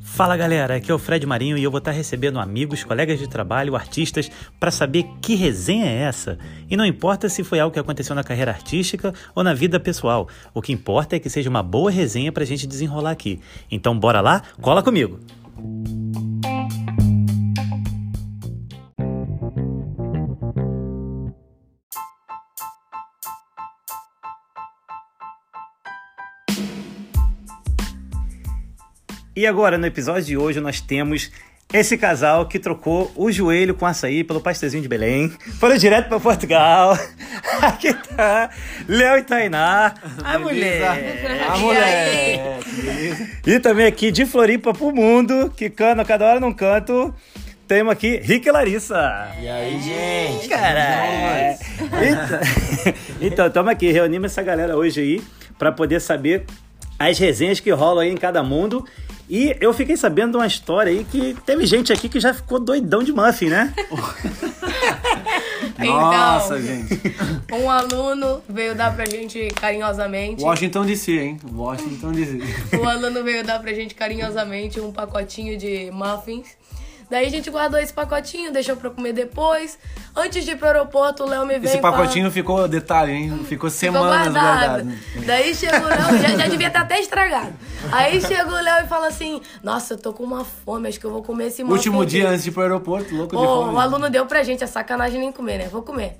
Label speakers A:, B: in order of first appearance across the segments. A: Fala galera, aqui é o Fred Marinho e eu vou estar recebendo amigos, colegas de trabalho, artistas para saber que resenha é essa. E não importa se foi algo que aconteceu na carreira artística ou na vida pessoal, o que importa é que seja uma boa resenha para a gente desenrolar aqui. Então bora lá, cola comigo! E agora, no episódio de hoje, nós temos esse casal que trocou o joelho com açaí pelo pastezinho de Belém. Foram direto para Portugal. Aqui tá Léo e Tainá. A mulher.
B: A mulher.
A: E também aqui de Floripa pro mundo, que cano a cada hora num canto. Temos aqui Rick e Larissa.
B: E aí, gente?
A: Caralho! Então, estamos aqui, reunimos essa galera hoje aí para poder saber as resenhas que rolam aí em cada mundo. E eu fiquei sabendo de uma história aí que teve gente aqui que já ficou doidão de muffin, né?
B: Nossa,
C: então,
B: gente.
C: um aluno veio dar pra gente carinhosamente.
B: Washington DC, hein? Washington DC.
C: O aluno veio dar pra gente carinhosamente um pacotinho de muffins. Daí a gente guardou esse pacotinho, deixou pra comer depois. Antes de ir pro aeroporto, o Léo me veio.
B: Esse
C: e falou-
B: pacotinho ficou, detalhe, hein? Ficou
C: Ficou
B: semanas
C: guardado.
B: guardado.
C: Daí chegou o Léo, já, já devia estar até estragado. Aí chegou o Léo e fala assim: Nossa, eu tô com uma fome, acho que eu vou comer esse muffin.
B: Último dia
C: aqui."
B: antes de ir pro aeroporto, louco de
C: Ô,
B: fome.
C: o aluno deu pra gente, é sacanagem nem comer, né? Vou comer.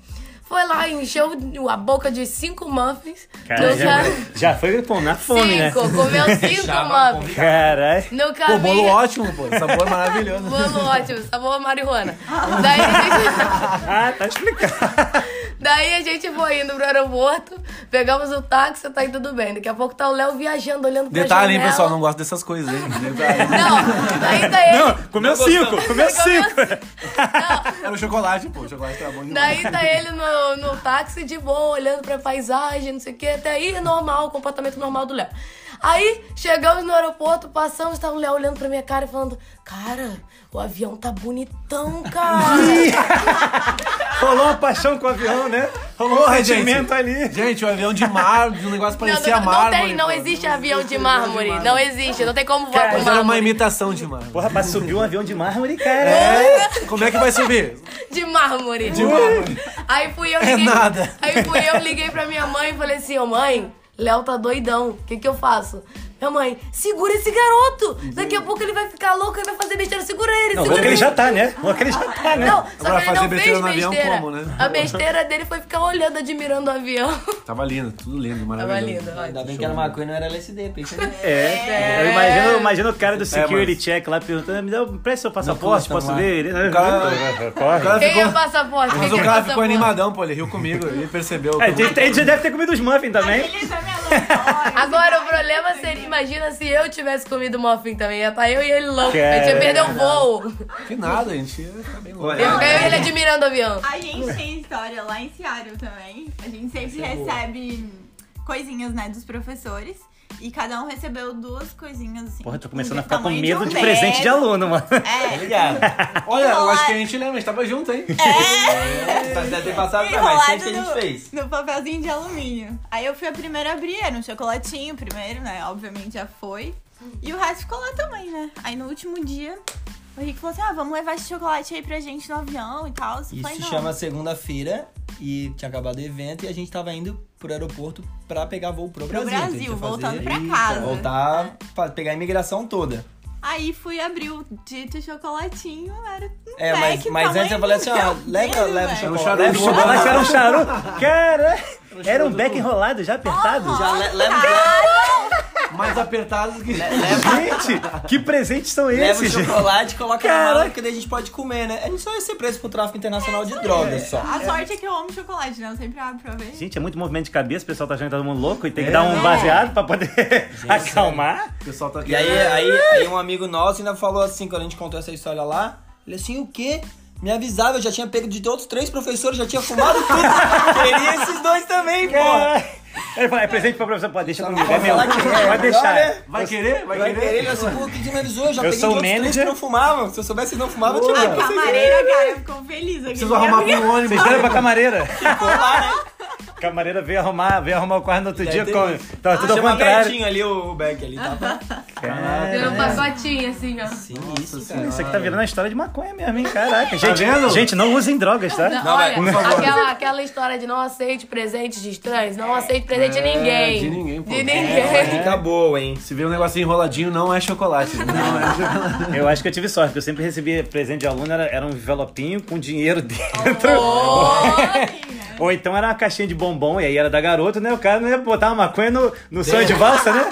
C: Foi lá, encheu a boca de cinco muffins.
A: Cara,
C: no ca-
A: já, já foi pô, na fome, né? é.
C: cinco, comeu cinco muffins.
A: Caralho.
C: No
B: Pô,
C: caminho.
B: bolo ótimo, pô. é Sabor maravilhoso.
C: Bolo ótimo, sabor marihuana. Daí a, gente,
A: Ah, tá explicado.
C: daí a gente foi indo pro aeroporto, pegamos o táxi, tá aí tudo bem. Daqui a pouco tá o Léo viajando, olhando pra
B: Detalhe, hein,
C: janela.
B: pessoal? Não gosto dessas coisas, hein? Detalhe.
C: Não, aí tá ele.
A: Não, comeu cinco, comeu cinco.
B: Era É o chocolate, pô. O chocolate tá bom demais.
C: Daí tá ele no, no táxi de boa, olhando pra paisagem, não sei o que. Até aí é normal, o comportamento normal do Léo. Aí chegamos no aeroporto, passamos, tá o Léo olhando pra minha cara e falando: Cara, o avião tá bonitão, cara.
A: Rolou uma paixão com o avião, né? Rolou um
B: Porra,
A: sentimento
B: gente.
A: ali.
B: Gente, o avião de mármore, um negócio
C: Não,
B: parecia
C: não, não
B: mármore.
C: tem, não
B: pô.
C: existe avião de mármore. Não existe, não tem como voar com
B: Mas era uma
C: mármore.
B: imitação de mármore.
A: Porra, pra subir um avião de mármore, cara.
B: É? Como é que vai subir?
C: De mármore.
B: De mármore.
C: Aí fui eu
B: É
C: liguei.
B: nada.
C: Aí fui eu, liguei pra minha mãe e falei assim, ô mãe, Léo tá doidão. O que, que eu faço? Minha mãe, segura esse garoto! Daqui a pouco ele vai ficar louco e vai fazer besteira, segura ele,
A: Não,
C: segura
A: bom que ele já tá, né? Bom que ele já tá, né?
C: Não, só
B: é, Agora,
C: que ele
B: fazer
C: não
B: besteira
C: fez
B: no avião,
C: besteira.
B: como, né?
C: A besteira dele foi ficar olhando, admirando o avião.
B: Tava lindo, tudo lindo,
C: Tava
B: maravilhoso.
C: lindo, olha.
D: Ainda bem que era maconha e não era LSD, pensa. né?
A: É, eu imagino, eu imagino o
B: É,
A: cara do security
B: mano.
A: check lá perguntando, "Ah, me dá, presta seu passaporte,
D: custa,
A: posso
D: não é.
A: ver? Ele, né?
B: O cara- O cara
C: Quem é o
B: ficou,
C: passaporte?
B: mas
C: Quem
B: o
C: é
B: cara ficou
C: passaporte?
B: animadão, pô. Ele riu comigo, ele percebeu.
A: É, tem- tem- já deve ter comido os muffins também.
E: é
C: Agora, o problema seria, imagina se eu tivesse comido muffin também. Ia tá eu e ele louco. A gente ia perder o voo.
B: Que nada, a gente ia ficar bem louco.
C: Eu, eu e ele admirando o avião.
E: A gente tem história lá em Seattle também. A gente sempre
A: é
E: recebe coisinhas, né, dos professores. E cada um recebeu duas coisinhas assim.
A: Porra, tô
E: tipo,
A: começando
E: do
A: a ficar com
E: tamanho
A: medo
E: um
A: de presente de
E: dedo.
A: aluno, mano.
E: É,
D: Obrigado.
B: Olha, eu acho que a gente lembra, a gente tava junto, hein? É,
D: Só Deve ter
A: é
D: passado
A: né,
D: pra nós,
E: É. enrolado
D: sempre que a gente
E: no-
D: fez.
E: no papelzinho de alumínio. Aí eu fui a primeira a abrir, era um chocolatinho primeiro, né? Obviamente já foi. E o resto ficou lá também, né? Aí no último dia, o Rick falou assim: ah, vamos levar esse chocolate aí pra gente no avião e tal. Eu
D: Isso
E: falei,
D: se
E: não.
D: chama segunda-feira e tinha acabado o evento e a gente tava indo pro aeroporto pra pegar voo pro
E: Pro
D: Brasil.
E: Brasil,
D: Então a gente ia
E: voltando
D: fazer-
E: pra casa.
D: Voltar pra pegar a imigração toda.
E: Aí fui abrir o dito chocolatinho, era um
D: É, mas,
E: pack
D: mas antes eu falei assim, ó,
E: tamanho do meu
D: leva,
E: dedo,
D: leva o
E: velho.
D: chocolate.
B: Era um
D: Leva o
B: charuto.
D: chocolate.
A: Caraca, era um charuto. Cara, era um beck enrolado já apertado.
D: Já le- leva,
E: tá.
D: o-
B: Mais apertado que.
E: É.
A: Gente, que presentes são
D: leva o
A: esses?
D: chocolate, coloca na mala,
A: Caraca.
D: porque daí a gente pode comer, né? A gente só ia ser preso pro tráfico internacional de drogas só.
E: A sorte é que eu amo chocolate, né? Eu sempre abro pra ver.
A: Gente, é muito movimento de cabeça, o pessoal tá achando que tá todo mundo louco e tem que
B: É,
A: dar um
B: né?
A: baseado pra poder acalmar.
B: O pessoal tá aqui.
D: E aí, aí, aí um amigo nosso ainda falou assim, quando a gente contou essa história lá, ele assim, o quê? Me avisava, eu já tinha pego de outros três professores, já tinha fumado tudo. Queria esses dois também, pô.
A: Cara, Ele fala, é presente pra professor, pode deixar comigo, é meu.
D: falar que é,
A: Pode deixar.
D: agora-
B: Vai querer? Vai,
D: Vai
B: querer?
D: querer, ele assim, pô, que dia me avisou? Eu já
A: Eu
D: peguei de
A: sou
D: outros três
A: manager.
D: que não fumavam. Se eu soubesse que não fumava, eu tinha
E: A
D: pego.
E: camareira, cara, ficou feliz aqui.
B: Preciso arrumar pro ônibus.
A: Vocês deram pra camareira.
D: Ficou lá, né?
A: camareira veio arrumar, veio arrumar o quarto no outro
D: Daí
A: dia.
D: tem
A: Com...
D: isso. Ah,
A: Tava tudo ao
D: Chama
A: contrário.
D: abertinho ali o, o Beck ali, tá?
A: Cara,
C: Virou um pacotinho, assim, ó.
D: Sim, isso, cara.
A: Isso aqui tá virando a história de maconha mesmo, hein? Caraca. Gente,
B: vendo?
A: gente não usem drogas, tá?
C: Não,
D: Tá Não, vai,
C: olha,
D: por favor.
C: aquela, aquela história de não aceite presentes de estranhos, não aceite presente de ninguém.
B: de ninguém, pô.
C: De ninguém.
D: Fica boa, hein?
B: Se vê um negocinho enroladinho, não é chocolate. Não é chocolate.
A: Eu acho que eu tive sorte, porque eu sempre recebia presente de aluno, era, era um envelopinho com dinheiro dentro. Ou então era uma caixinha de bombom, e aí era da garota, né? O cara não ia botar uma maconha no, no sonho de valsa, né?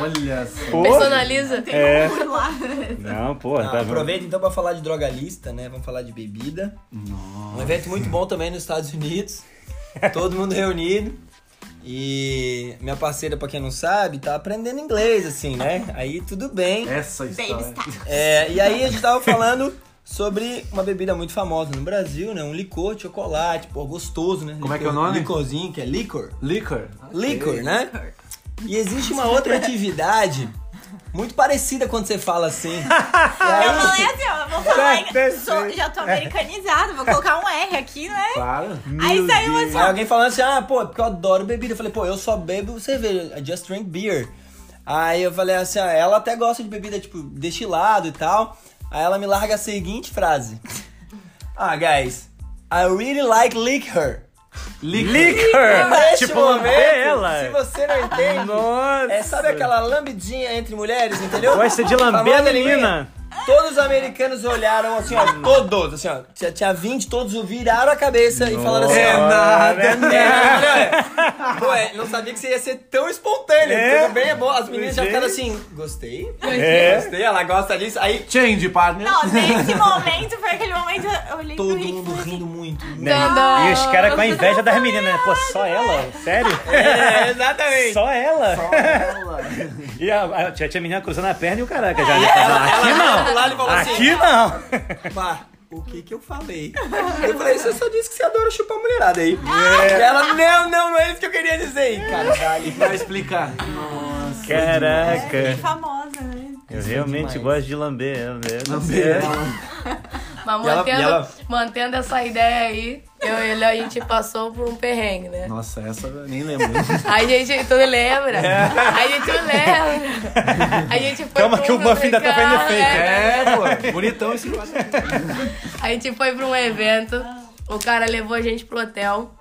B: Olha só.
A: Pô.
C: Personaliza.
E: Tem um muro lá.
A: Não, porra.
D: Ah,
A: tá
D: aproveita então pra falar de droga lista, né? Vamos falar de bebida. Um evento muito bom também nos Estados Unidos. Todo mundo reunido. E minha parceira, pra quem não sabe, tá aprendendo inglês, assim, né? Aí tudo bem.
B: Essa
E: Baby
B: história.
E: Star.
D: É, e aí a gente tava falando sobre uma bebida muito famosa no Brasil, né? Um licor de chocolate, pô, gostoso, né?
B: Como é que é o
D: Licor-
B: nome?
D: Licorzinho, que é licor.
B: Liquor.
D: Liquor, né? E existe uma outra atividade muito parecida quando você fala assim. E
A: É.
D: aí-
E: Eu falei assim, ó, vou
A: Tá
E: falar em...
A: Acontece.
E: sou- já tô americanizado, vou colocar um R aqui, né?
B: Claro.
E: Aí saiu
D: Aí
E: assim, ó,
D: alguém falando assim, ah, pô, é porque eu adoro bebida. Eu falei, pô, eu só bebo cerveja, I just drink beer. Aí eu falei assim, ah, ela até gosta de bebida, tipo, destilado e tal. Aí ela me larga a seguinte frase. Ah, guys, I really like liquor.
A: Liquor! Liquor.
D: Neste
A: Tipo, lamber ela.
D: se você não entende,
A: Nossa.
D: é, sabe aquela lambidinha entre mulheres, entendeu?
A: Gosta de lamber
D: Famosa
A: a menina.
D: linguinha. Todos os americanos olharam assim, ó, todos, assim, ó. Tinha, tinha 20, todos viraram a cabeça e falaram assim,
A: É
D: ó,
A: nada, é
D: nada. Pô, é, não sabia que você ia ser tão espontâneo.
A: É.
D: Tudo bem, é bom. As meninas já
A: Gente.
D: ficaram assim, gostei,
A: É.
D: gostei, ela gosta disso. Aí
B: Change, partner.
E: não, nesse momento, foi aquele momento, eu olhei
D: todo
E: pro Rick e
D: mundo
E: falei assim,
D: rindo muito.
A: Né? E os caras com a inveja das meninas, né? Pô, só ela? Sério?
D: É, exatamente.
A: Só ela? E a, a, tinha tinha a menina cruzando a perna e o caraca já. aqui não!
D: Lá ele falou assim,
A: Aqui não!
D: Pá, o que que eu falei? Eu falei, você só disse que você adora chupar mulherada aí. E Ela, não, não, não é isso que eu queria dizer aí. Cara, tá dali.
B: Pra explicar. Nossa.
E: "Fiquei
A: Caraca!
E: famosa, né?
A: Eu realmente
D: demais.
A: gosto de lamber ela. né? Eu não sei.
B: Lambei
C: Mas
D: E ela-
C: mantendo,
D: e ela-
C: mantendo essa ideia aí, eu e ele, a gente passou por um perrengue, né?
B: Nossa, essa eu nem lembro.
C: A gente, tu lembra? A gente lembra. A gente foi
A: Calma
C: pra
A: que
C: um
A: o muffin ainda tá
C: lugar,
A: vendo efeito.
C: é.
B: pô. Bonitão esse negócio.
C: A gente foi pra um evento, o cara levou a gente pro hotel.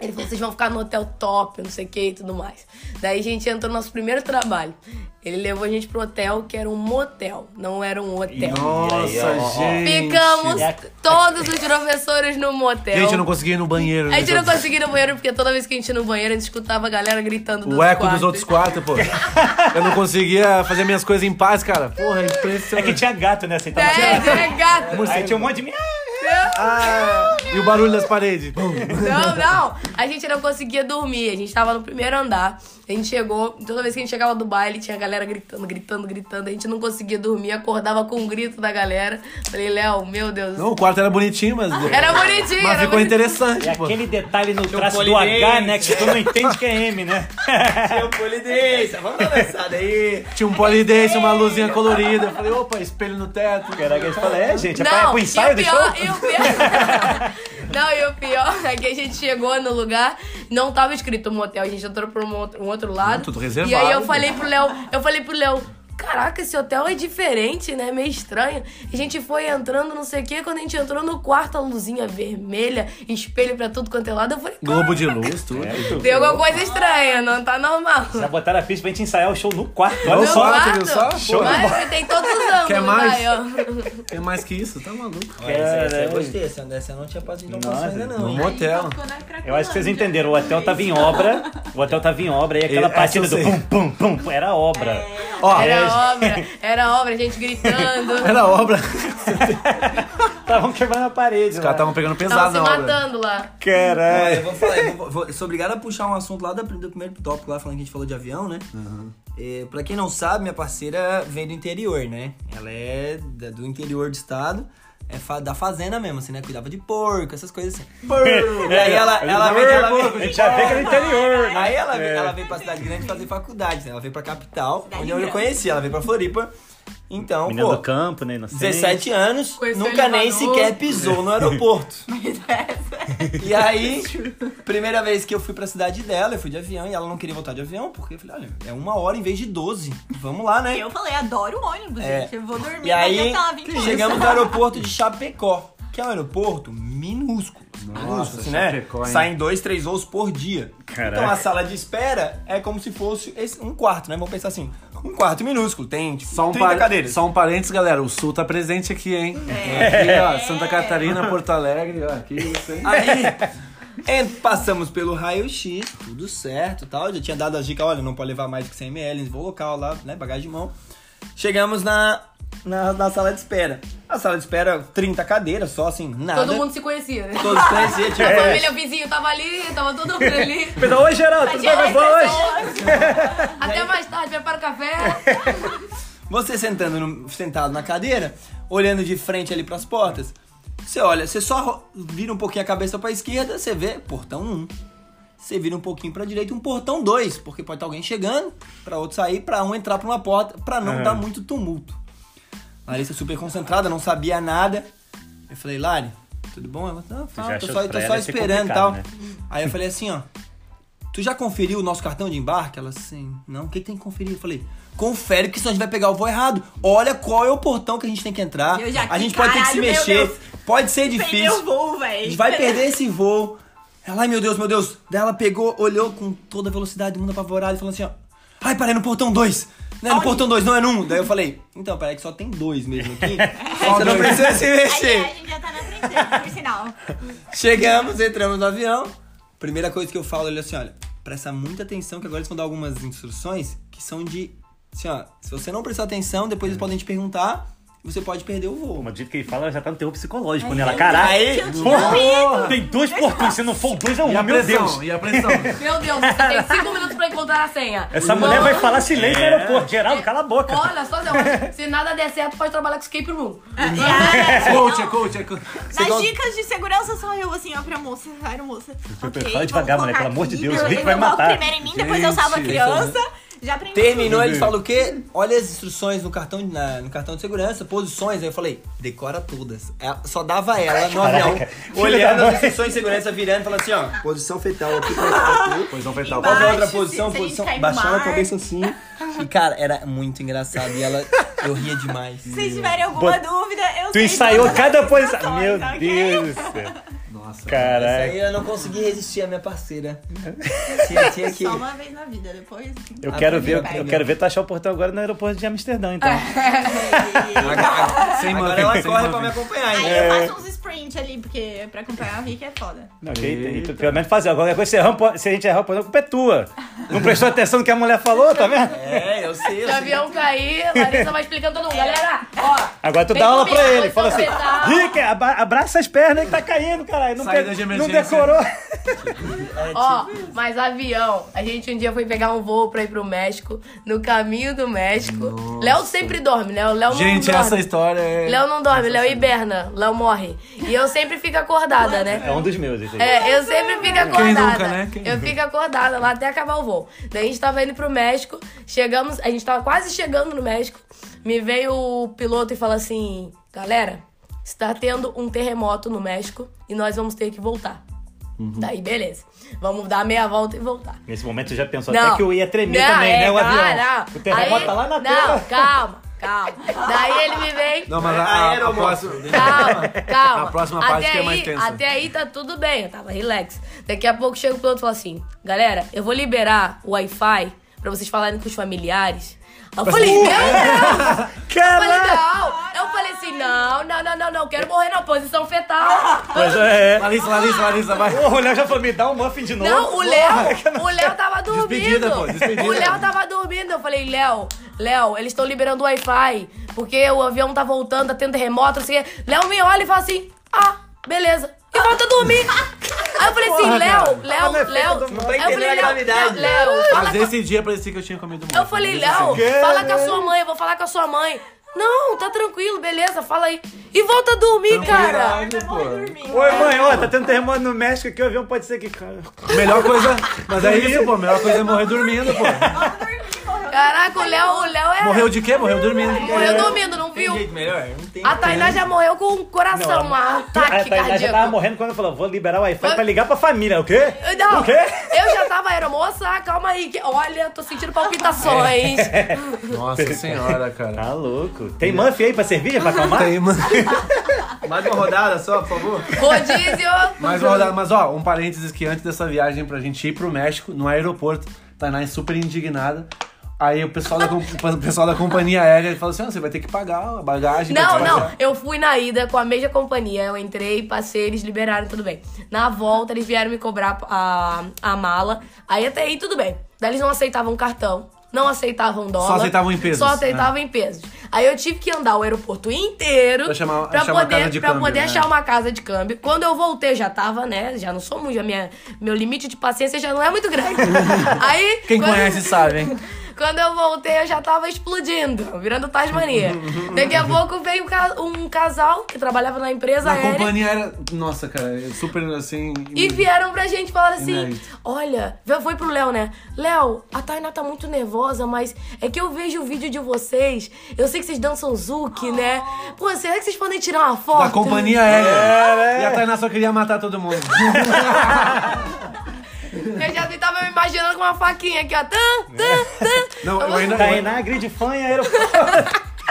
C: Ele falou, vocês vão ficar no hotel top, não sei o que e tudo mais. Daí a gente entrou no nosso primeiro trabalho. Ele levou a gente pro hotel, que era um motel, não era um hotel.
B: Nossa, gente. É.
C: Ficamos todos os professores no motel.
B: Gente, eu não consegui ir no banheiro. né?
C: A gente não conseguia ir no banheiro, porque toda vez que a gente ia no banheiro, a gente escutava a galera gritando dos
B: O eco
C: quartos.
B: dos outros quartos, pô. Eu não conseguia fazer minhas coisas em paz, cara. Porra, é
A: É que
B: impressionante.
A: tinha gato, né? Assim, tava...
C: É, é gato.
A: Aí tinha um monte de menina.
B: E o barulho das paredes. Pum.
C: Não, não. A gente não conseguia dormir. A gente tava no primeiro andar. A gente chegou. Toda vez que a gente chegava do baile, tinha a galera gritando, gritando, gritando. A gente não conseguia dormir. Acordava com o grito da galera. Falei, Léo, meu Deus.
B: Não, o quarto era bonitinho, mas.
C: Era bonitinho.
B: Mas
C: era
B: ficou
C: bonitinho.
B: interessante,
A: E
B: pô.
A: aquele detalhe no traço do
D: polidez.
A: H, né? Que tu não entende que é M, né?
D: Seu polidez, vamos começar daí.
B: Tinha um polidense, uma
C: É.
B: luzinha colorida. Eu falei, opa, espelho no teto.
A: Caraca, eles falam, é, gente, é, pra, é
C: Não,
A: pro
C: e o
A: ensaio do show?
C: pior, e o pior... Não, e o pior é que a gente chegou no lugar, não tava escrito motel, a gente entrou por um outro, um outro lado.
B: Não, tudo reservado.
C: E aí eu falei pro Léo, eu falei pro Léo, caraca, esse hotel é diferente, né? Meio estranho. A gente foi entrando, não sei o quê, quando a gente entrou no quarto, a luzinha vermelha, espelho pra tudo quanto é lado, eu falei,
B: Globo de luz, tudo.
A: É,
C: tem alguma coisa estranha, não tá normal.
A: Já botaram a ficha pra gente ensaiar o show no quarto. Olha
B: No
A: só.
B: quarto. viu só? Pô.
C: Mas tem todos os ângulos,
B: Quer mais?
C: vai, ó.
B: É mais que isso, tá maluco.
D: Olha, essa, essa eu
A: Caralho.
D: gostei, essa, essa eu não tinha passado de informação
A: Nossa,
D: ainda
B: No
D: não, né? hein?
B: motel.
E: Então ficou na Cracolândia.
A: Eu acho que vocês entenderam, o hotel tá tava em obra, o hotel tava em obra, e aquela
B: É, Essa eu
A: partida do
B: sei.
A: pum, pum, pum, pum, era obra.
B: Ó,
C: Era obra, era obra, a gente gritando.
B: era obra.
A: Estavam quebrando a parede.
B: Os
A: lá.
B: caras estavam pegando
C: Tava
B: pesado
C: se
B: na obra.
C: matando lá.
D: Olha,
A: Caralho.
D: eu vou falar, eu vou, vou- eu sou obrigado a puxar um assunto lá do, do primeiro tópico lá, falando que a gente falou de avião, né?
A: Uhum.
D: É, pra quem não sabe, minha parceira vem do interior, né? Ela é da- do interior do estado, é fa- da fazenda mesmo, assim, né? Cuidava de porco, essas coisas assim. Porco! e aí ela, ela vem... Ela
A: A
D: vem
A: gente já vê que é era interior.
D: Aí ela, veio- ela veio pra cidade grande fazer faculdade, né? Ela veio pra capital, onde eu
E: grande.
D: conheci. Ela veio pra Floripa Então,
A: Menina
D: pô,
A: do campo, né? Inocente.
D: 17 anos,
C: Conheceu
D: nunca nem
C: elevador.
D: sequer pisou no aeroporto.
E: é Essa-
D: E aí, primeira vez que eu fui pra cidade dela, eu fui de avião e ela não queria voltar de avião, porque eu falei, olha, é uma hora em vez de 12. Vamos lá, né?
E: Eu falei, adoro ônibus,
D: É.
E: gente. Eu vou dormir
D: E aí,
E: daqui até lá 20 horas.
D: chegamos no aeroporto de Chapecó, que é um aeroporto minúsculo. minúsculo, assim, né?
B: Chapecó, hein?
D: Saem dois, três voos por dia.
A: Caraca.
D: Então a sala de espera é como se fosse esse- um quarto, né? Vamos pensar assim, um quarto minúsculo, tem tipo,
B: Só um,
D: 30
B: par...
D: cadeiras.
B: Só um parênteses, galera. O Sul tá presente aqui, hein?
C: É.
B: Aqui, ó, Santa Catarina, Porto Alegre, ó. Que isso, hein?
D: Aí en- passamos pelo raio-x, tudo certo e tal. Eu já tinha dado as dicas, olha, não pode levar mais que 100 ml, vou local lá, né? Bagagem de mão. Chegamos na, na, na sala de espera. A sala de espera, 30 cadeiras, só assim, nada.
C: Todo mundo se conhecia, né?
D: Todos conheciam, tipo,
C: A
A: É.
C: família, o vizinho tava ali, tava todo mundo ali.
A: Pedro, oi, Geraldo, tudo bem? Como é que vai hoje?
C: Até mais tarde, prepara o café.
D: Você sentando no- sentado na cadeira, olhando de frente ali pras portas, você olha, você só ro- vira um pouquinho a cabeça pra esquerda, você vê portão 1. Você vira um pouquinho pra direita, um portão 2, porque pode estar alguém chegando, pra outro sair, pra um entrar pra uma porta, pra não dar muito tumulto. Larissa é super concentrada, não sabia nada. Eu falei, Lari, tudo bom? Ela, não, fala,
A: já
D: tô
A: achou
D: só,
A: que pra
D: tô
A: ela
D: só
A: ia ser
D: esperando e
A: complicado,
D: tal.
A: né?
D: Aí eu falei assim, ó, Tu já conferiu o nosso cartão de embarque? Ela assim, não, o que, que tem que conferir? Eu falei, confere, porque senão a gente vai pegar o voo errado. Olha qual é o portão que a gente tem que entrar.
E: Eu já-
D: a gente pode ter que se
E: caralho, meu
D: mexer.
E: Deus.
D: Pode ser
E: Peguei o
D: difícil.
E: voo,
D: A
E: velho.
D: gente vai perder esse voo. Ela, ai meu Deus, meu Deus. Daí ela pegou, olhou com toda a velocidade do mundo apavorado e falou assim, ó. Ai, parei no portão 2. Não é no
E: Onde?
D: portão 2, não é no 1. Daí eu falei, então, peraí que só tem dois mesmo aqui. Você não precisa se
E: Aí,
D: mexer.
E: a gente já tá na frente, por sinal.
D: Chegamos, entramos no avião. Primeira coisa que eu falo, ele assim, olha, presta muita atenção que agora eles vão dar algumas instruções que são de, assim, ó, se você não prestar atenção, depois eles podem te perguntar e você pode perder o voo.
A: Uma dica que ele fala, ela já tá no terror psicológico nela. Caraca,
D: Aí,
A: porra, tem dois portões, se não for dois, é um,
B: E a
A: meu
B: pressão,
A: Deus.
B: e a pressão.
C: Meu Deus, você tem cinco minutos pra encontrar a senha.
A: Essa
C: Não.
A: mulher vai falar silêncio no aeroporto. Geraldo, cala a boca.
C: Olha, só se- se nada der certo, pode trabalhar com escape room.
B: coach, é coach, é coach.
E: ah, Nas dicas de segurança, só eu assim, ó, pra moça. Ai, moça. Ok,
A: Fala devagar,
E: vamos
A: mulher, pelo
E: colocar
A: amor de
E: aqui.
A: Deus,
E: Eu-
A: o Rick
E: eu
A: vai
E: coloco
A: matar.
E: primeiro em mim, depois eu salvo a
B: Gente,
E: criança. Já aprendi.
D: terminou, ele fala o quê? Olha as instruções no cartão, de- na- no cartão de segurança, posições. Aí eu falei, decora todas. Ela- só dava ela no avião,
A: Filha
D: olhando
A: da
D: as
A: mãe.
D: instruções de segurança, virando e falando assim, ó, posição fetal aqui pra tu.
B: Pois não foi tal.
D: Qual que é a outra
E: Bate, se-
D: posição?
E: se a gente
D: posição
E: cair no
D: baixando a
E: mar.
D: cabeça assim. E, cara, era muito engraçado. E ela, eu ria demais.
E: Se vocês tiverem alguma
A: Bot-
E: dúvida, eu
A: Tu
E: sei
A: ensaiou
E: todas as
A: cada posição.
E: instruções,
A: Meu
C: então,
E: ok?
A: Deus do céu.
B: Nossa.
D: Essa
A: Caraca.
D: aí eu não consegui resistir a minha parceira. Tinha, tinha que...
E: Só uma vez na vida, depois. então.
A: Eu quero, ver,
D: primeira
A: eu
D: vez.
A: quero ver tu achar o portão agora no aeroporto de Amsterdã, então.
C: É.
D: Agora,
B: Sem
D: agora
B: manga,
D: ela
B: sem
D: corre
B: manga.
D: pra me acompanhar,
E: Aí
D: hein?
E: eu faço uns sprint ali, porque pra acompanhar o Rick é foda.
A: Não, que-
B: Eita.
A: pelo menos fazer. Qualquer coisa, você erra um po- se a gente errar o portão, a culpa é tua. Não prestou atenção no que a mulher falou, tá vendo?
D: É, eu sei, eu
C: Se o
D: sei.
C: avião cair, Larissa vai explicando todo mundo. Galera, ó,
A: Agora tu
C: Bem
A: dá aula pra
C: combinado,
A: ele. Fala assim,
C: então, pedal.
A: Rica, aba- abraça as pernas que tá caindo, caralho. Não,
B: Saída
A: pe-
B: de
A: não
B: emergência.
A: decorou.
C: ó, mas avião. A gente um dia foi pegar um voo pra ir pro México, no caminho do México. Léo sempre dorme, né? O Léo não
B: Gente,
C: dorme.
B: essa história é.
C: Léo não dorme, Léo hiberna, Léo morre. E eu sempre fico acordada, né?
A: É um dos meus, esse aí.
C: É, eu sempre fico acordada.
B: nunca, né? Quem
C: Eu fico acordada lá até acabar o voo. Daí a gente tava indo pro México, chegamos, a gente tava quase chegando no México. Me veio o piloto e falou assim: galera, está tendo um terremoto no México e nós vamos ter que voltar.
A: Uhum.
C: Daí, beleza. Vamos dar a meia volta e voltar.
A: Nesse momento eu já pensou
C: Não.
A: até que eu ia tremer
C: Não,
A: também,
C: é,
A: né? O
C: calma,
A: avião.
C: Não.
A: O terremoto
C: Aí-
A: tá lá na
C: Não,
A: tela.
C: calma, calma. Daí ele me vem.
B: Não, mas a, a, a próxima.
C: Calma, calma.
B: A próxima parte
C: até
B: que é
C: aí,
B: mais tensa.
C: Até aí tá tudo bem, eu tava relax. Daqui a pouco chega o piloto e fala assim: galera, eu vou liberar o Wi-Fi pra vocês falarem com os familiares. Eu falei, meu Deus! Eu falei,
A: Caraca!
C: não! Eu falei assim, não, não, não, não, não, quero morrer na posição fetal.
A: Pois é.
B: Larissa, Larissa, Larissa, vai.
A: Porra, o Léo já falou, me dá um muffin de novo.
C: Não, o Léo, o Léo tava dormindo.
B: Despedida, pô, despedida.
C: O Léo tava dormindo. Eu falei, Léo, Léo, eles estão liberando o Wi-Fi. Porque o avião tá voltando, tá tendo terremoto, não sei o quê. Léo me olha e fala assim, ah, beleza. E volta a dormir. Aí eu falei assim,
A: Porra,
C: Léo,
A: cara.
C: Léo,
A: Tava na
C: Léo.
A: frente do
D: mundo. Não tá entendendo a gravidade.
C: Léo, Léo, fala
B: Mas esse dia parecia que eu tinha comido muito.
C: eu falei, Léo, fala com a sua mãe, eu vou falar com a sua mãe. Não, tá tranquilo, beleza, fala aí. E volta a dormir,
B: né?
C: cara.
E: Eu morro dormindo.
A: Oi, mãe, ó, tá tendo terremoto no México aqui, o avião pode ser que.
B: Melhor coisa. Mas é isso, pô. Melhor coisa é morrer dormindo, pô.
E: Vamos dormir, morreu
C: Caraca, o Léo, o Léo é.
B: Morreu de quê? Morreu dormindo.
C: Morreu dormindo, não
D: Tem
C: viu?
D: jeito melhor? Não tem.
C: A Tainá já morreu com um coração, um
A: A
C: ataque
A: Tainá já tá, tava
C: cardíaco.
A: morrendo quando falou, vou liberar o Wi-Fi
C: Mas-
A: pra ligar pra família. O quê?
C: Não,
A: O quê?
C: eu já tava aeromoça, calma aí. que- Olha, tô sentindo palpitações.
A: É.
B: Nossa senhora, cara.
A: Tá louco. Tem Muff aí pra cerveja, pra acalmar?
B: Tem, mano.
D: Mais uma rodada só, por favor.
C: Rodízio.
B: Mas, ó, mas ó, um parênteses que antes dessa viagem pra gente ir pro México, no aeroporto, Tainá é super indignada. Aí o pessoal da, com- o pessoal da companhia aérea falou assim: "Ah, você vai ter que pagar a bagagem. vai
C: Não,
B: ter que
C: não.
B: pagar."
C: Eu fui na ida com a mesma companhia. Eu entrei, passei, eles liberaram, tudo bem. Na volta, eles vieram me cobrar a, a mala. Aí até aí, tudo bem. Daí eles não aceitavam cartão. Não aceitavam dólar.
B: aceitavam em pesos,
C: Só aceitavam em pesos. Aí eu tive que andar o aeroporto inteiro
B: Pra chamar- achar uma
C: poder,
B: casa de
C: pra
B: câmbio,
C: poder
B: né?
C: achar uma casa de câmbio. Quando eu voltei, já tava, né? Já não sou muito. Já minha, meu limite de paciência já não é muito grande. aí.
B: Quem
C: quando-
B: conhece sabe, hein?
C: quando eu voltei, eu já tava explodindo, virando Tasmania. Daqui a pouco veio um ca- um casal que trabalhava na empresa
B: Na
C: aérea.
B: companhia aérea, nossa, cara, é super assim.
C: E vieram pra gente e falaram assim:
B: Inédito.
C: Olha, foi pro Léo, né? Léo, a Tainá tá muito nervosa, mas é que eu vejo o vídeo de vocês. Eu sei que vocês dançam Zouk, né? Pô, será que vocês podem tirar uma foto?
B: Da companhia aérea. E a Tainá só queria matar todo mundo.
C: Eu já tava me imaginando com uma faquinha aqui, ó. Tan, tan, tan.
B: É. Não, eu ainda, eu,
A: Tainá, Tá grid fã em aeroporto.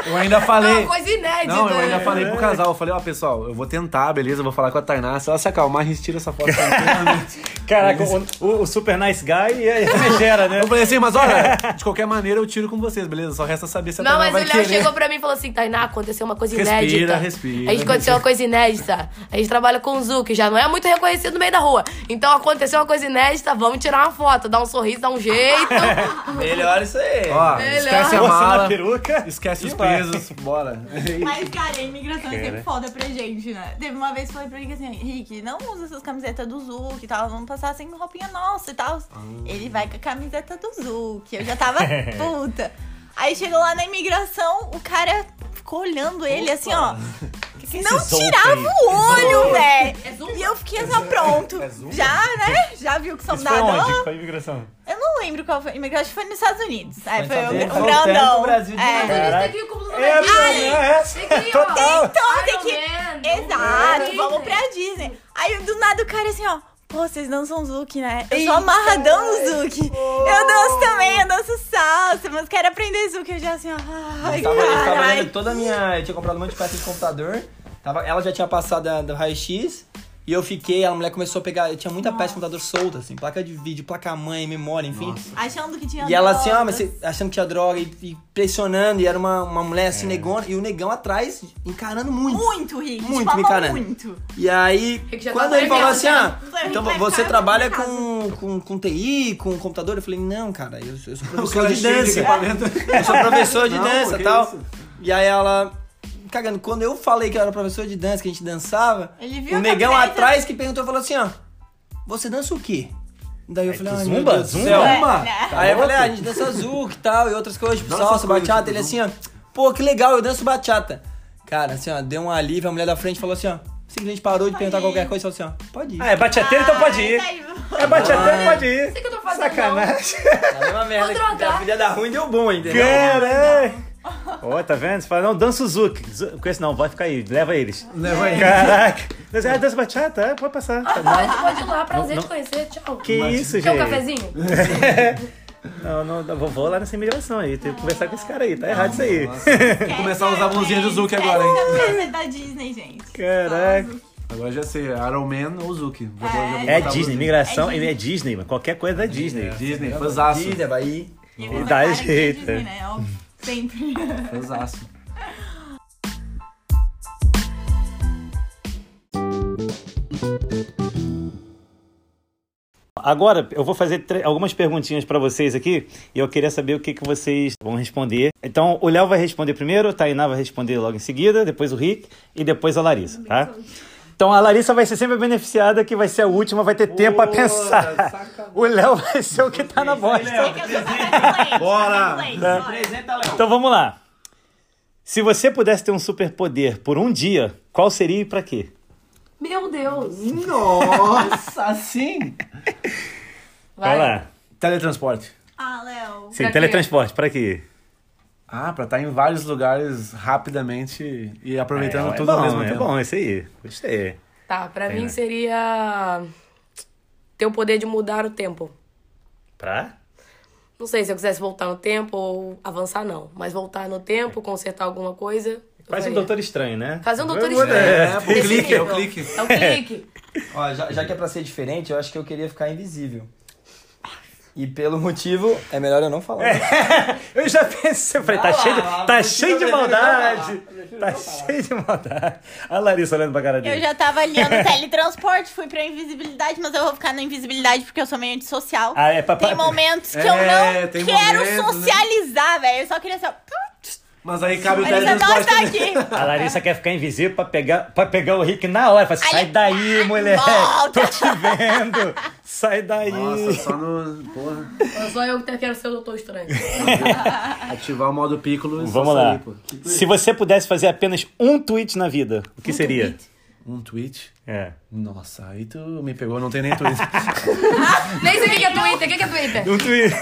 B: eu ainda
C: É
B: falei.
C: uma coisa inédita.
B: Não, eu ainda
C: né?
B: falei pro casal, eu falei, ó, pessoal, eu vou tentar, beleza? Eu vou falar com a Tainá. Se ela se acalmar, a gente tira essa foto tranquilamente.
A: Caraca, o, o- o super nice guy e a e a megera, né?
B: Eu falei assim, mas olha, de qualquer maneira eu tiro com vocês, beleza? Só resta saber se a
C: Não,
B: Tainá
C: mas o
B: vai
C: Léo
B: querer.
C: chegou pra mim e falou assim: Tainá, aconteceu uma coisa
B: Respira,
C: inédita.
B: respira.
C: A gente aconteceu uma coisa inédita. A gente trabalha com o Zu, que já não é muito reconhecido no meio da rua. Então aconteceu uma coisa inédita, vamos tirar uma foto, dar um sorriso, dar um jeito.
D: Melhor isso aí.
B: Ó,
C: Ele
B: esquece a
C: é-
A: Você na
B: mala,
A: peruca.
B: esquece os
A: E vai.
B: pesos, bora.
E: Mas, cara, a imigração é
A: Cara.
E: sempre foda pra gente, né? Teve uma vez que eu falei pra ele que assim, Henrique, não usa essas camisetas do Zuc e tal, vamos passar sem roupinha nossa e tal. Ele vai com a camiseta do Zuc, eu já tava puta. Aí chegou lá na imigração, o cara ficou olhando ele assim, ó. Assim, não
A: esse Zouk
E: tirava
A: aí?
E: o olho,
C: É
E: velho.
C: Zumba?
E: e eu fiquei assim, ó, pronto. já, né? Já viu que são
A: Isso foi é onde?
E: dadão?
A: Foi a imigração.
E: Eu não lembro qual foi. a Imigração acho que foi nos Estados Unidos. Aí foi,
D: Estados
E: o-
D: Unidos.
E: o
D: Voltando pro
E: grandão.
D: Brasil de
E: é.
D: novo.
C: Tem
A: Caraca.
C: que ir com o Zu
A: É,
C: na Disney.
A: é,
C: Tem que ir, ó.
A: total.
E: Então, tem
C: Iron
E: que.
C: Man, é?
E: Exato,
C: Disney.
E: vamos pra Disney. Aí do nada o cara assim, ó. Pô, vocês dançam Zouk, né? Eu sou amarradão no Zouk. Eu danço também, eu danço salsa, mas quero aprender Zouk. Eu já assim, ó. Ai,
D: Eu tava, eu tava lendo
E: caralho.
D: toda a minha. Eu tinha comprado um monte de peça de computador. Tava, ela já tinha passado da- do raio-x. E eu fiquei, a mulher começou a pegar. Eu tinha muita peça de computador solta, assim, placa de vídeo, placa-mãe, memória, enfim.
E: Achando que tinha.
D: E ela assim, ó,
E: drogas.
D: mas você, achando que tinha droga e, e pressionando, e era uma, uma mulher assim, negona, e o negão atrás, encarando muito.
E: Muito É rico.
D: Muito,
E: tipo,
D: me
E: amou
D: caramba.
E: muito.
D: E aí,
C: que já
D: quando
C: tava
D: ele falou
C: nervosa,
D: assim, ah,
E: tá né?
D: então
E: Vai
D: você
E: ficar
D: trabalha
E: em casa.
D: com, com, com TI, com computador? Eu falei, não, cara, eu, sou- eu sou professor
B: cara
D: de
A: é
B: cheio de
D: dança.
B: equipamento.
D: eu sou professor de
B: Não,
D: dança
B: que
D: e tal.
B: isso?
D: E aí ela, cagando, quando eu falei que eu era professor de dança, que a gente dançava,
E: Ele viu
D: o
E: a
D: negão
E: camiseta.
D: atrás que perguntou, falou assim, ó, você dança o quê? Daí eu falei,
A: tu
D: ai,
A: zumba?
D: meu Deus do
A: Zumba?
D: céu."
E: É,
B: Uma.
E: né?
D: Aí eu falei, ah, a gente dança azul e tal, e outras coisas, tipo
B: Dança
D: salsa,
B: coisas,
D: bachata.
B: tipo,
D: Ele assim, ó, pô, que legal, eu danço bachata. Cara, assim, ó, deu um alívio, a mulher da frente falou assim, ó, simplesmente parou de perguntar qualquer coisa e falou assim, ó, pode ir.
A: Ah, é bateateiro, então pode ir.
E: Ai, tá aí.
A: É bateateiro, pode
C: Não
A: ir.
C: sei o que eu tô fazendo.
A: Sacanagem.
D: Tá deu uma merda,
C: Vou
D: que a
C: drogar.
D: filha da ruim deu bom, entendeu?
A: Caraca. Ó, tá vendo? Você fala, não, dança o Zouk. Zu- Com esse não, vai ficar aí, leva eles.
B: Leva aí.
A: Caraca. Dança- Ah, dança bachata? É, pode passar. Tá bom.
C: Não. Pode, pode ir lá, prazer te conhecer. Tchau.
A: Que isso,
C: Quer um
A: gente.
C: cafezinho?
A: Não, não, não, vou- vou lá nessa imigração aí. Tem que conversar com esse cara aí. Tá errado isso aí.
E: Vou
B: começar a usar a blusinha do Zuc agora, hein?
E: da Disney, gente.
A: Caraca.
B: Agora já sei, Iron Man ou Zuki. Vou-
E: É.
B: vou- vou botar
A: É
B: o
A: Disney,
B: Zuki.
A: imigração é Disney, mano. qualquer coisa é Disney.
B: Disney, fãzaço.
D: Ih, vai aí.
E: E
A: Dá
E: você para que é
A: jeito.
E: Disney, né? Óbvio. Sempre.
B: Fãzaço.
A: Agora eu vou fazer tre- algumas perguntinhas pra vocês aqui e eu queria saber o que, que vocês vão responder. Então o Léo vai responder primeiro, a Tainá vai responder logo em seguida, depois o Rick e depois a Larissa, tá? Então a Larissa vai ser sempre a beneficiada, que vai ser a última, vai ter tempo pra pensar. O Léo vai ser o que tá na bosta.
E: Que eu sou café
B: Bora.
E: Bora!
A: Então vamos lá. Se você pudesse ter um superpoder por um dia, qual seria e pra quê?
C: Meu Deus.
B: Nossa, assim?
A: Vai lá.
B: Teletransporte.
E: Ah, Léo. voo.
A: Sim,
F: Pra quê?
A: teletransporte, pra quê?
B: Ah, pra estar em vários lugares rapidamente e aproveitando
A: é,
B: tudo
A: é bom,
B: ao mesmo
A: é
B: tempo.
A: bom, esse aí. Gostei.
C: Tá, pra
A: Tem,
C: mim
A: né?
C: seria ter o poder de mudar o tempo.
A: Pra?
C: Não sei se eu quisesse voltar no tempo ou avançar, não. Mas voltar no tempo, consertar alguma coisa. eu
A: Quase um
C: faria.
A: doutor estranho, né?
C: Fazer um doutor
B: É, é, é, pô,
C: Esse
B: clique, é o
C: nível.
B: clique.
C: É o clique.
D: Ó, já, já que é pra ser diferente, eu acho que eu queria ficar invisível. E pelo motivo, é melhor eu não falar.
A: Eu já pensei, eu falei, tá
D: Vai lá,
A: cheio, de,
D: lá,
A: tá
D: não
A: cheio de
D: precisa aprender,
A: maldade. Tá cheio de maldade. A Larissa olhando pra cara
E: Eu
A: dele.
E: já tava ali ó, no teletransporte, fui pra invisibilidade, mas eu vou ficar na invisibilidade porque eu sou meio antissocial.
A: Ah, é pra-
E: Tem
A: pra-
E: momentos que
B: É,
E: eu não
B: tem
E: quero
B: momentos, né?
E: socializar, velho. Eu só queria ser.
B: Mas aí
A: tá
B: cabe o
E: Mas eu não
B: teletransporte
E: está
B: também.
E: aqui.
A: A Larissa quer ficar invisível pra pegar, pra pegar o Rick na hora. Fala, assim, sai
E: Aí-
A: daí,
E: Ai,
A: mulher.
E: volta.
A: Tô te vendo. Sai daí.
B: Nossa, só no... Porra.
C: Só eu que quero ser o doutor estranho.
B: Ativar o modo Piccolo e só
A: Vamos
B: sair,
A: lá.
B: pô.
A: Se você pudesse fazer apenas um tweet na vida, o que seria?
B: Um tweet?
A: É.
B: Nossa, aí tu me pegou, não tem nem tweet.
F: Nem sei o que que é Twitter. O que que é Twitter?
A: Um tweet.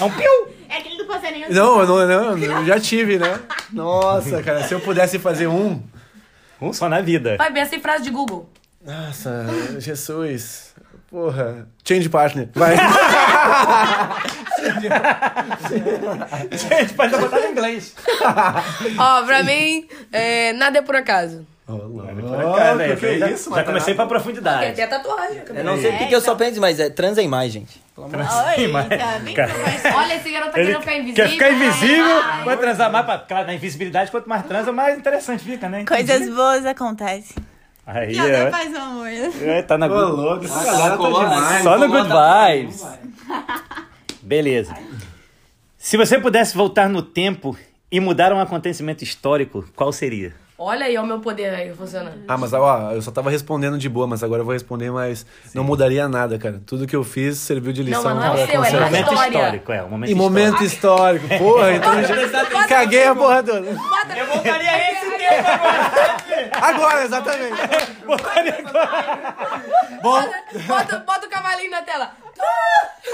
A: é um piu.
E: É aquele do passarinho.
B: não, eu não, não, eu já tive, né? Nossa, cara, se eu pudesse fazer um...
A: Um só na vida.
C: Vai, pensa em frase de Google.
B: Nossa, Jesus. Porra. Change partner. Vai.
A: Gente, pode botar em inglês.
C: Ó, pra mim, é, nada é por acaso.
A: Cara, né?
B: que
A: já,
B: isso,
A: já
B: Matarata?
A: comecei pra
C: Tem
A: profundidade.
C: até tatuagem. cara.
D: Eu não sei o que, que eu só penso, mas é transem mais, gente.
E: Oi, tá bem conversado.
F: Olha, esse garoto tá
A: Ele
F: querendo ficar invisível. Ah,
A: quer ficar invisível,
F: Ai,
A: vai transar mais. Pra, claro, na invisibilidade, quanto mais transa, mais interessante fica, né?
E: Coisas boas acontecem.
A: Aí,
E: Nada
A: ó,
E: faz o amor. né?
A: é, tá na
B: Ô, louco, essa galera tá demais.
A: Só no Good Vibes. Beleza. Se você pudesse voltar no tempo e mudar um acontecimento histórico, qual seria?
C: Olha aí, ó, o meu poder aí funcionando.
B: Ah, mas ó, eu só tava respondendo de boa, mas agora eu vou responder, mas não mudaria nada, cara. Tudo que eu fiz serviu de
C: Não,
B: lição.
C: mas não é o
B: pra
C: seu, é
B: conservar.
C: na
A: momento
C: história.
A: histórico, é. Um momento
B: E momento histórico, porra, então já caguei a porra toda.
D: Eu voltaria esse tempo agora.
B: Agora, exatamente. Bom,
C: Bota, bota o cavalinho na tela.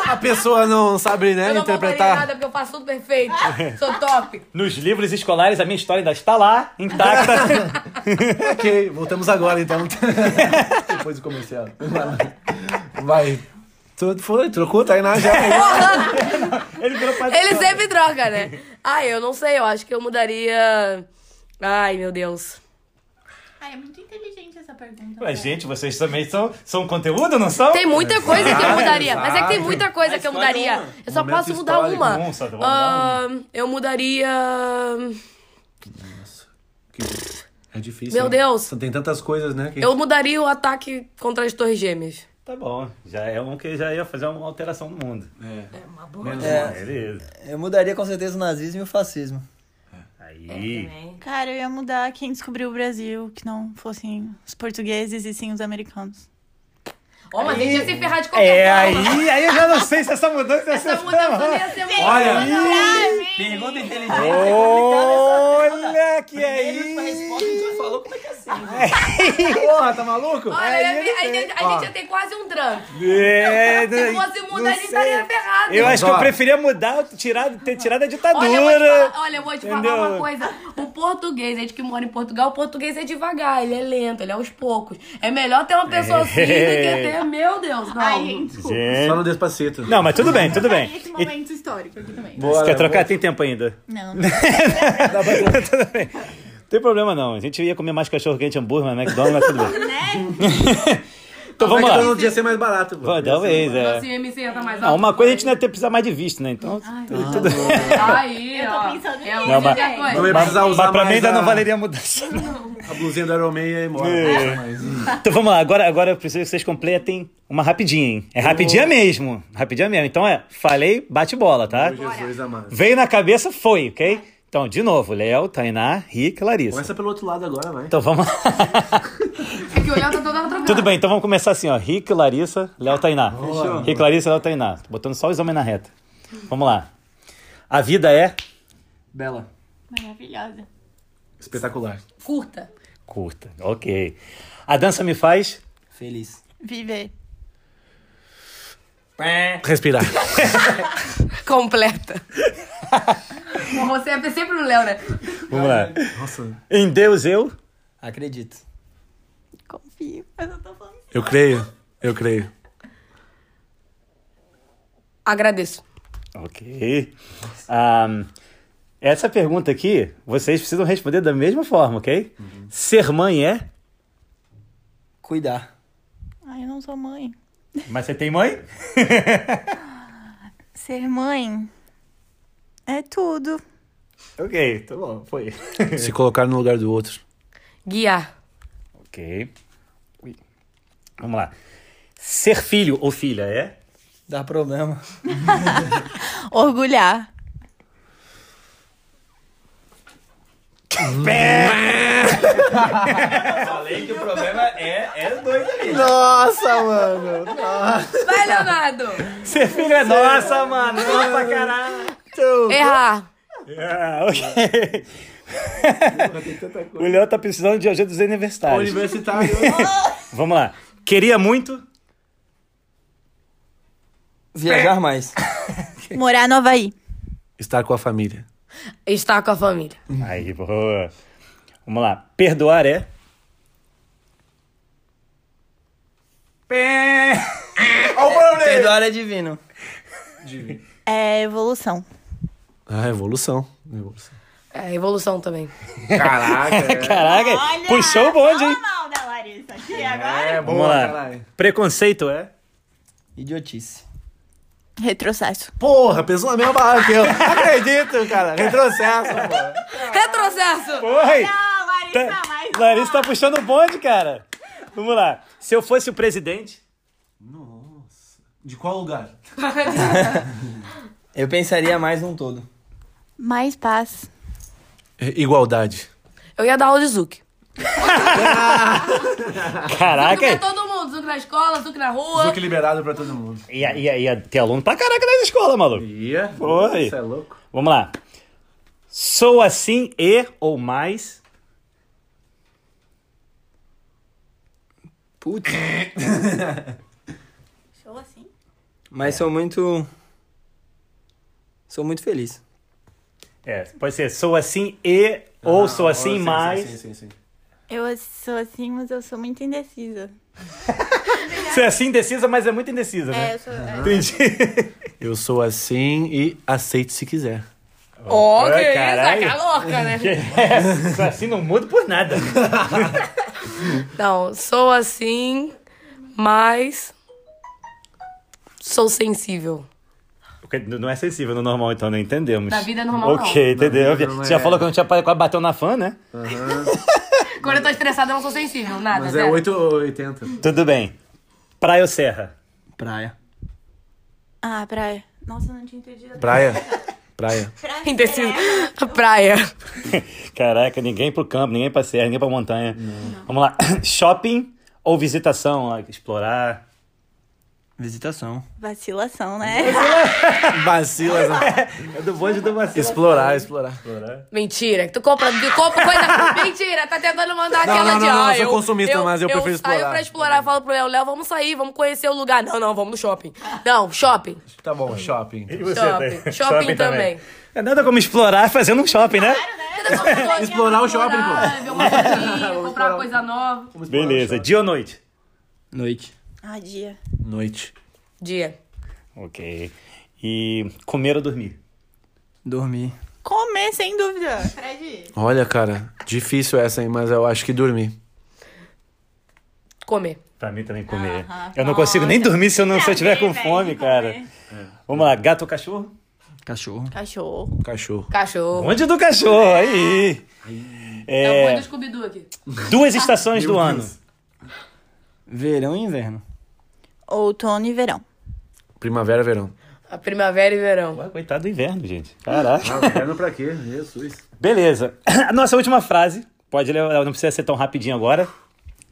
B: a pessoa não sabe, né,
C: Eu não voltaria
B: interpretar.
C: nada porque eu faço tudo perfeito. Sou top.
A: Nos livros escolares, a minha história ainda está lá, intacta.
B: Ok, voltamos agora então. Depois do comercial. Vai. Tu foi, trocou, tá aí na já.
A: Ele virou pra
C: Ele sempre troca, né? Ah, eu não sei, eu acho que eu mudaria. Ai, meu Deus.
E: Ai, é muito inteligente essa pergunta.
A: Ué, gente, vocês também são, são conteúdo, não são?
C: Tem muita coisa que eu mudaria, mas é que tem
B: exato.
C: muita coisa que eu
D: Mas escolhe
A: é
C: mudaria.
D: uma.
C: Eu só
B: Momento
C: posso mudar
B: histórico,
C: uma.
A: um só, tá um bom,
C: Ah, eu mudaria.
B: É difícil.
C: Meu
B: né?
C: Deus.
B: Tem tantas coisas, né? que-
C: Eu mudaria o ataque contra as torres gêmeas.
A: Tá bom, já é um que já ia fazer uma alteração no mundo.
B: É. Menos mal.
A: Beleza.
D: Eu mudaria com certeza o nazismo e o fascismo.
B: É,
A: Aí.
E: Cara, eu ia mudar quem descobriu o Brasil, que não fossem os portugueses e sim os americanos.
F: Ó, mas tem que se ferrar de qualquer
A: É,
F: forma.
A: aí, aí eu já não sei se essa mudança é
F: Essa mudança não ia ser muito.
B: Olha
D: Pergunta inteligente.
A: Olha que é isso!
D: resposta, a gente já falou como é que é assim.
B: Porra, tá maluco?
F: Olha, a gente- a, gente, a gente já tem quase um Trump.
A: É,
F: Se
A: não-
F: fosse mudar,
A: não
F: a gente
A: sei.
F: estaria ferrado.
A: Eu acho que eu
B: Ó.
A: preferia mudar, tirar, ter tirado a
F: Olha, eu vou te
A: ditadura.
F: falar, olha, eu vou te
A: Entendeu?
F: falar uma coisa. O português, a gente que mora em Portugal, o português é devagar, ele é lento, ele é aos poucos. É melhor ter uma pessoa assim do que ter, meu Deus, não. Tipo
E: Ai, gente, desculpa.
B: Só
A: Gente.
B: no Despacito.
A: Não, mas tudo bem, tudo bem.
E: Esse momento histórico aqui também.
A: Você quer trocar? Tem tempo ainda.
E: Não.
A: Tudo bem. Não tem problema não. A gente ia comer mais cachorro quente hambúrguer, mas McDonald's, mas tudo bem.
E: né?
A: Então vamos
B: Mas é
A: lá.
B: McDonald's ia ser mais barato. pô.
A: Pô, Talvez, é.
F: Se o MC assim, entra mais
A: Ah,
F: alto.
A: uma coisa a gente não ia ter precisar mais de visto, né? Então, tudo bem.
F: Aí,
E: Eu tô
F: ó.
E: pensando
F: é
E: nisso,
F: uma
A: mas-
F: única coisa.
B: Não ia precisar
A: Mas
B: usar
A: pra mim
B: mais
A: ainda
B: a,
A: não valeria a mudança. não.
B: a blusinha do Iron Man e aí embora.
A: É.
B: Mas,
A: Então vamos lá, agora, agora eu preciso que vocês completem uma rapidinha, hein? É rapidinha mesmo. Rapidinha mesmo. Então é, falei, bate bola, tá?
B: meu Jesus amado.
A: Veio na cabeça, foi, ok? Então, de novo, Léo, Tainá, Rick, Larissa.
B: Começa pelo outro lado agora, vai.
A: Então vamos lá.
F: É que o Léo tá toda trocando.
A: Tudo bem, então vamos começar assim, ó. Rick, Larissa, Léo, Tainá.
B: Boa.
A: Rick, Larissa, Léo, Tainá. Tô botando só os homens na reta. Vamos lá. A vida é
B: Bela.
E: Maravilhosa.
B: Espetacular.
C: Curta.
A: curta, ok. A dança me faz
D: Feliz.
E: Viver.
B: Respirar.
C: completa. Bom, Você é sempre o Léo, né?
A: Vamos lá.
B: Nossa.
A: Em Deus eu.
D: Acredito.
E: Confio. Eu só tô falando.
B: Eu creio. Eu creio.
C: Agradeço.
A: Ok. Ahn, essa pergunta aqui, vocês precisam responder da mesma forma, ok? Ser mãe é.
D: Cuidar.
E: Ai, eu não sou mãe.
A: Mas você tem mãe?
E: Ser mãe é tudo.
A: Ok, tá bom, foi.
B: Se colocar no lugar do outro.
C: Guiar.
A: ok. Ui. Vamos lá. Ser filho ou filha é?
D: Dá problema.
E: Orgulhar.
D: Falei que o problema é, é dois ali.
B: Nossa, mano.
C: Vai, Leonardo!
A: Ser filho é nossa, mano. Nossa, caralho.
C: Errar.
A: Ah, ok. o Léo tá precisando de ajuda dos universitários.
B: Universitário.
A: Vamos lá. Queria muito.
D: Viajar mais.
E: Morar no Havaí.
B: Estar com a família.
C: Estar com a família.
A: Aí, boa. Vamos lá. Perdoar é? Pé.
D: Perdoar é divino.
E: É evolução.
B: Ah, evolução. evolução.
C: É, evolução também.
B: Caraca.
A: Caraca, puxou o bonde, hein?
E: Fala mal da Larissa aqui agora.
B: é
A: Vamos lá. Preconceito é?
D: Idiotice.
E: Retrocesso.
B: Porra, pensou na mesma barra que eu. Não acredito, cara. Retrocesso, pô.
C: Retrocesso!
A: Oi!
E: Ah, Larissa, mais
A: Tá, Larissa tá puxando o bonde, cara. Vamos lá. Se eu fosse o presidente,
B: De qual lugar?
D: Eu pensaria mais num todo.
E: Mais paz.
B: É, Igualdade.
C: Eu ia dar aula de Zuc.
A: caraca,
C: Zuc pra todo mundo. Zuc na escola, Zuc na rua.
B: Zuc liberado pra todo mundo.
A: ia, ia, ia ter aluno pra caraca nas escolas, maluco.
B: Ia.
A: Foi.
B: Isso é louco.
A: Vamos lá. Sou assim e ou mais.
D: Putz.
E: Show assim.
D: Mas sou muito. Sou muito feliz.
A: É, pode ser sou assim e ou sou assim
B: sim,
A: mais.
B: Sim, sim, sim.
E: Eu sou assim, mas eu sou muito indecisa.
A: Você é assim indecisa, mas é muito indecisa, né?
E: eu sou. é.
A: Entendi.
B: Eu sou assim e aceite se quiser.
C: Ó, que
A: Ai,
C: isso,
A: caralho.
C: tá louca, né?
A: É, sou assim não mudo por nada.
C: Não, sou assim, mas sou sensível.
A: Porque Não é sensível no normal, então não entendemos.
C: Na vida normal, não.
A: Ok, entendeu?
B: vida não
A: Você já
B: é.
A: falou que eu não tinha quase bateu na fã, né?
C: Quando eu tô estressada, eu não sou sensível, nada.
B: Mas é
C: zero.
B: 880.
A: Tudo bem. Praia ou serra?
D: Praia.
E: Ah, praia. Nossa, não tinha entendido.
B: Praia. Praia.
E: Praia.
C: Indeciso. Praia.
A: Caraca, ninguém pro campo, ninguém pra serra, ninguém pra montanha. Vamos lá. Shopping ou visitação? Ó, Explorar.
D: Visitação.
E: Vacilação, né?
B: Vacilas. né?
A: É do bonde do vacilo.
B: explorar, explorar.
A: Explorar.
C: Mentira, que tu compra, tu compra coisa. Mentira, tá tentando mandar
B: Não,
C: aquela
B: não,
C: de.
B: não, não,
C: ah,
B: eu sou consumista, mas eu prefiro
C: saio
B: explorar.
C: pra explorar, eu falo pro Léo, Léo, vamos sair, vamos conhecer o lugar. Não, não, vamos no shopping. Não, shopping.
B: Tá bom, shopping.
A: E você,
C: Shopping.
A: Thay?
C: Shopping também.
A: É nada como explorar fazendo um shopping, né?
B: Explorar o shopping, pô.
C: Ver uma coisinha, comprar uma coisa nova.
A: Beleza, dia ou noite?
D: Noite.
E: Ah, dia.
B: Noite.
C: Dia.
A: Ok. E comer ou dormir?
D: Dormir.
E: Comer, sem dúvida. Fred.
B: Olha, cara, difícil essa, hein, mas eu acho que dormir.
C: Comer.
A: Pra mim também comer. eu não consigo nem dormir se eu, não, se eu tiver com
E: Também,
A: fome,
E: velho,
A: cara. Vamos lá, gato ou cachorro?
D: Cachorro.
E: Cachorro.
B: Cachorro.
C: Cachorro.
A: Onde do cachorro, aí.
C: É o boi
A: É,
C: do Scooby-Doo aqui.
A: duas estações do ano.
D: Verão e inverno.
E: Outono e verão.
B: Primavera, verão.
C: A primavera e verão.
A: Ué, Coitado do inverno, gente. Caraca.
B: Ah, Inverno pra quê? Jesus.
A: Beleza. A nossa última frase. Pode ler, não precisa ser tão rapidinho agora.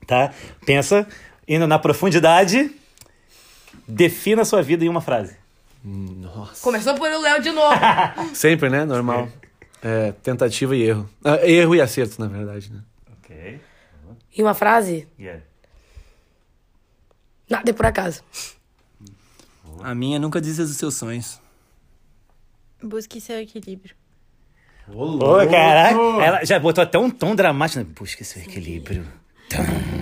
A: Tá? Pensa, indo na profundidade. Defina a sua vida em uma frase.
C: Começou por o Léo de novo.
B: Sempre, né? Normal. É, tentativa e erro. Ah, erro e acerto, na verdade, né?
A: Ok.
C: E uma frase?
A: Yeah.
C: Nada é por acaso.
D: A minha nunca desista dos seus sonhos.
E: Busque seu equilíbrio.
B: Ô,
A: Ô,
B: louco!
A: caraca! Ela já botou até um tom dramático. Busca esse equilíbrio.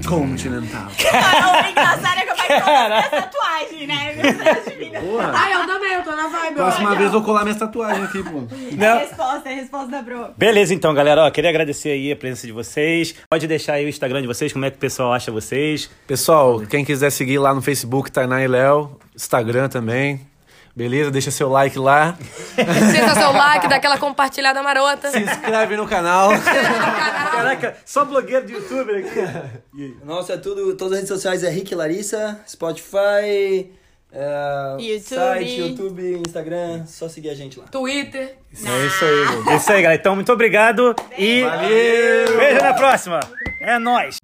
B: Continental.
E: Ah, o engraçado é que eu faço todas as minhas tatuagens, né? Minhas tatuagens divinas.
B: Porra!
F: Ah, eu também, eu tô na vibe.
B: Próxima
F: olha.
B: vez eu vou colar minhas tatuagens aqui, pô.
E: A
A: Não.
E: resposta, é a resposta da Bro.
A: Beleza, então, galera. Ó, queria agradecer aí a presença de vocês. Pode deixar aí o Instagram de vocês, como é que o pessoal acha vocês.
B: Pessoal, quem quiser seguir lá no Facebook, Tainá e Léo, Instagram também. Beleza? Deixa seu like lá.
C: Deixa seu like, dá aquela compartilhada marota.
B: Se inscreve no canal.
A: Caraca, só blogueiro de youtuber aqui.
D: Nossa, é tudo. Todas as redes sociais é Rick Larissa, Spotify, é,
E: YouTube.
D: site, YouTube, Instagram. Só seguir a gente lá.
C: Twitter.
B: É isso aí, meu.
A: É isso aí, galera. Então, muito obrigado e.
B: Valeu!
A: Beijo na próxima! É nóis!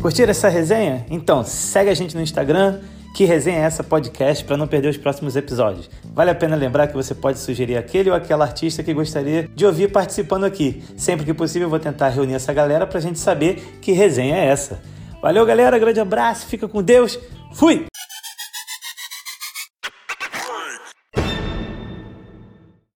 A: Curtiram essa resenha? Então, segue a gente no Instagram, que resenha é essa podcast, para não perder os próximos episódios. Vale a pena lembrar que você pode sugerir aquele ou aquela artista que gostaria de ouvir participando aqui. Sempre que possível, eu vou tentar reunir essa galera para a gente saber que resenha é essa. Valeu, galera. Grande abraço, fica com Deus. Fui!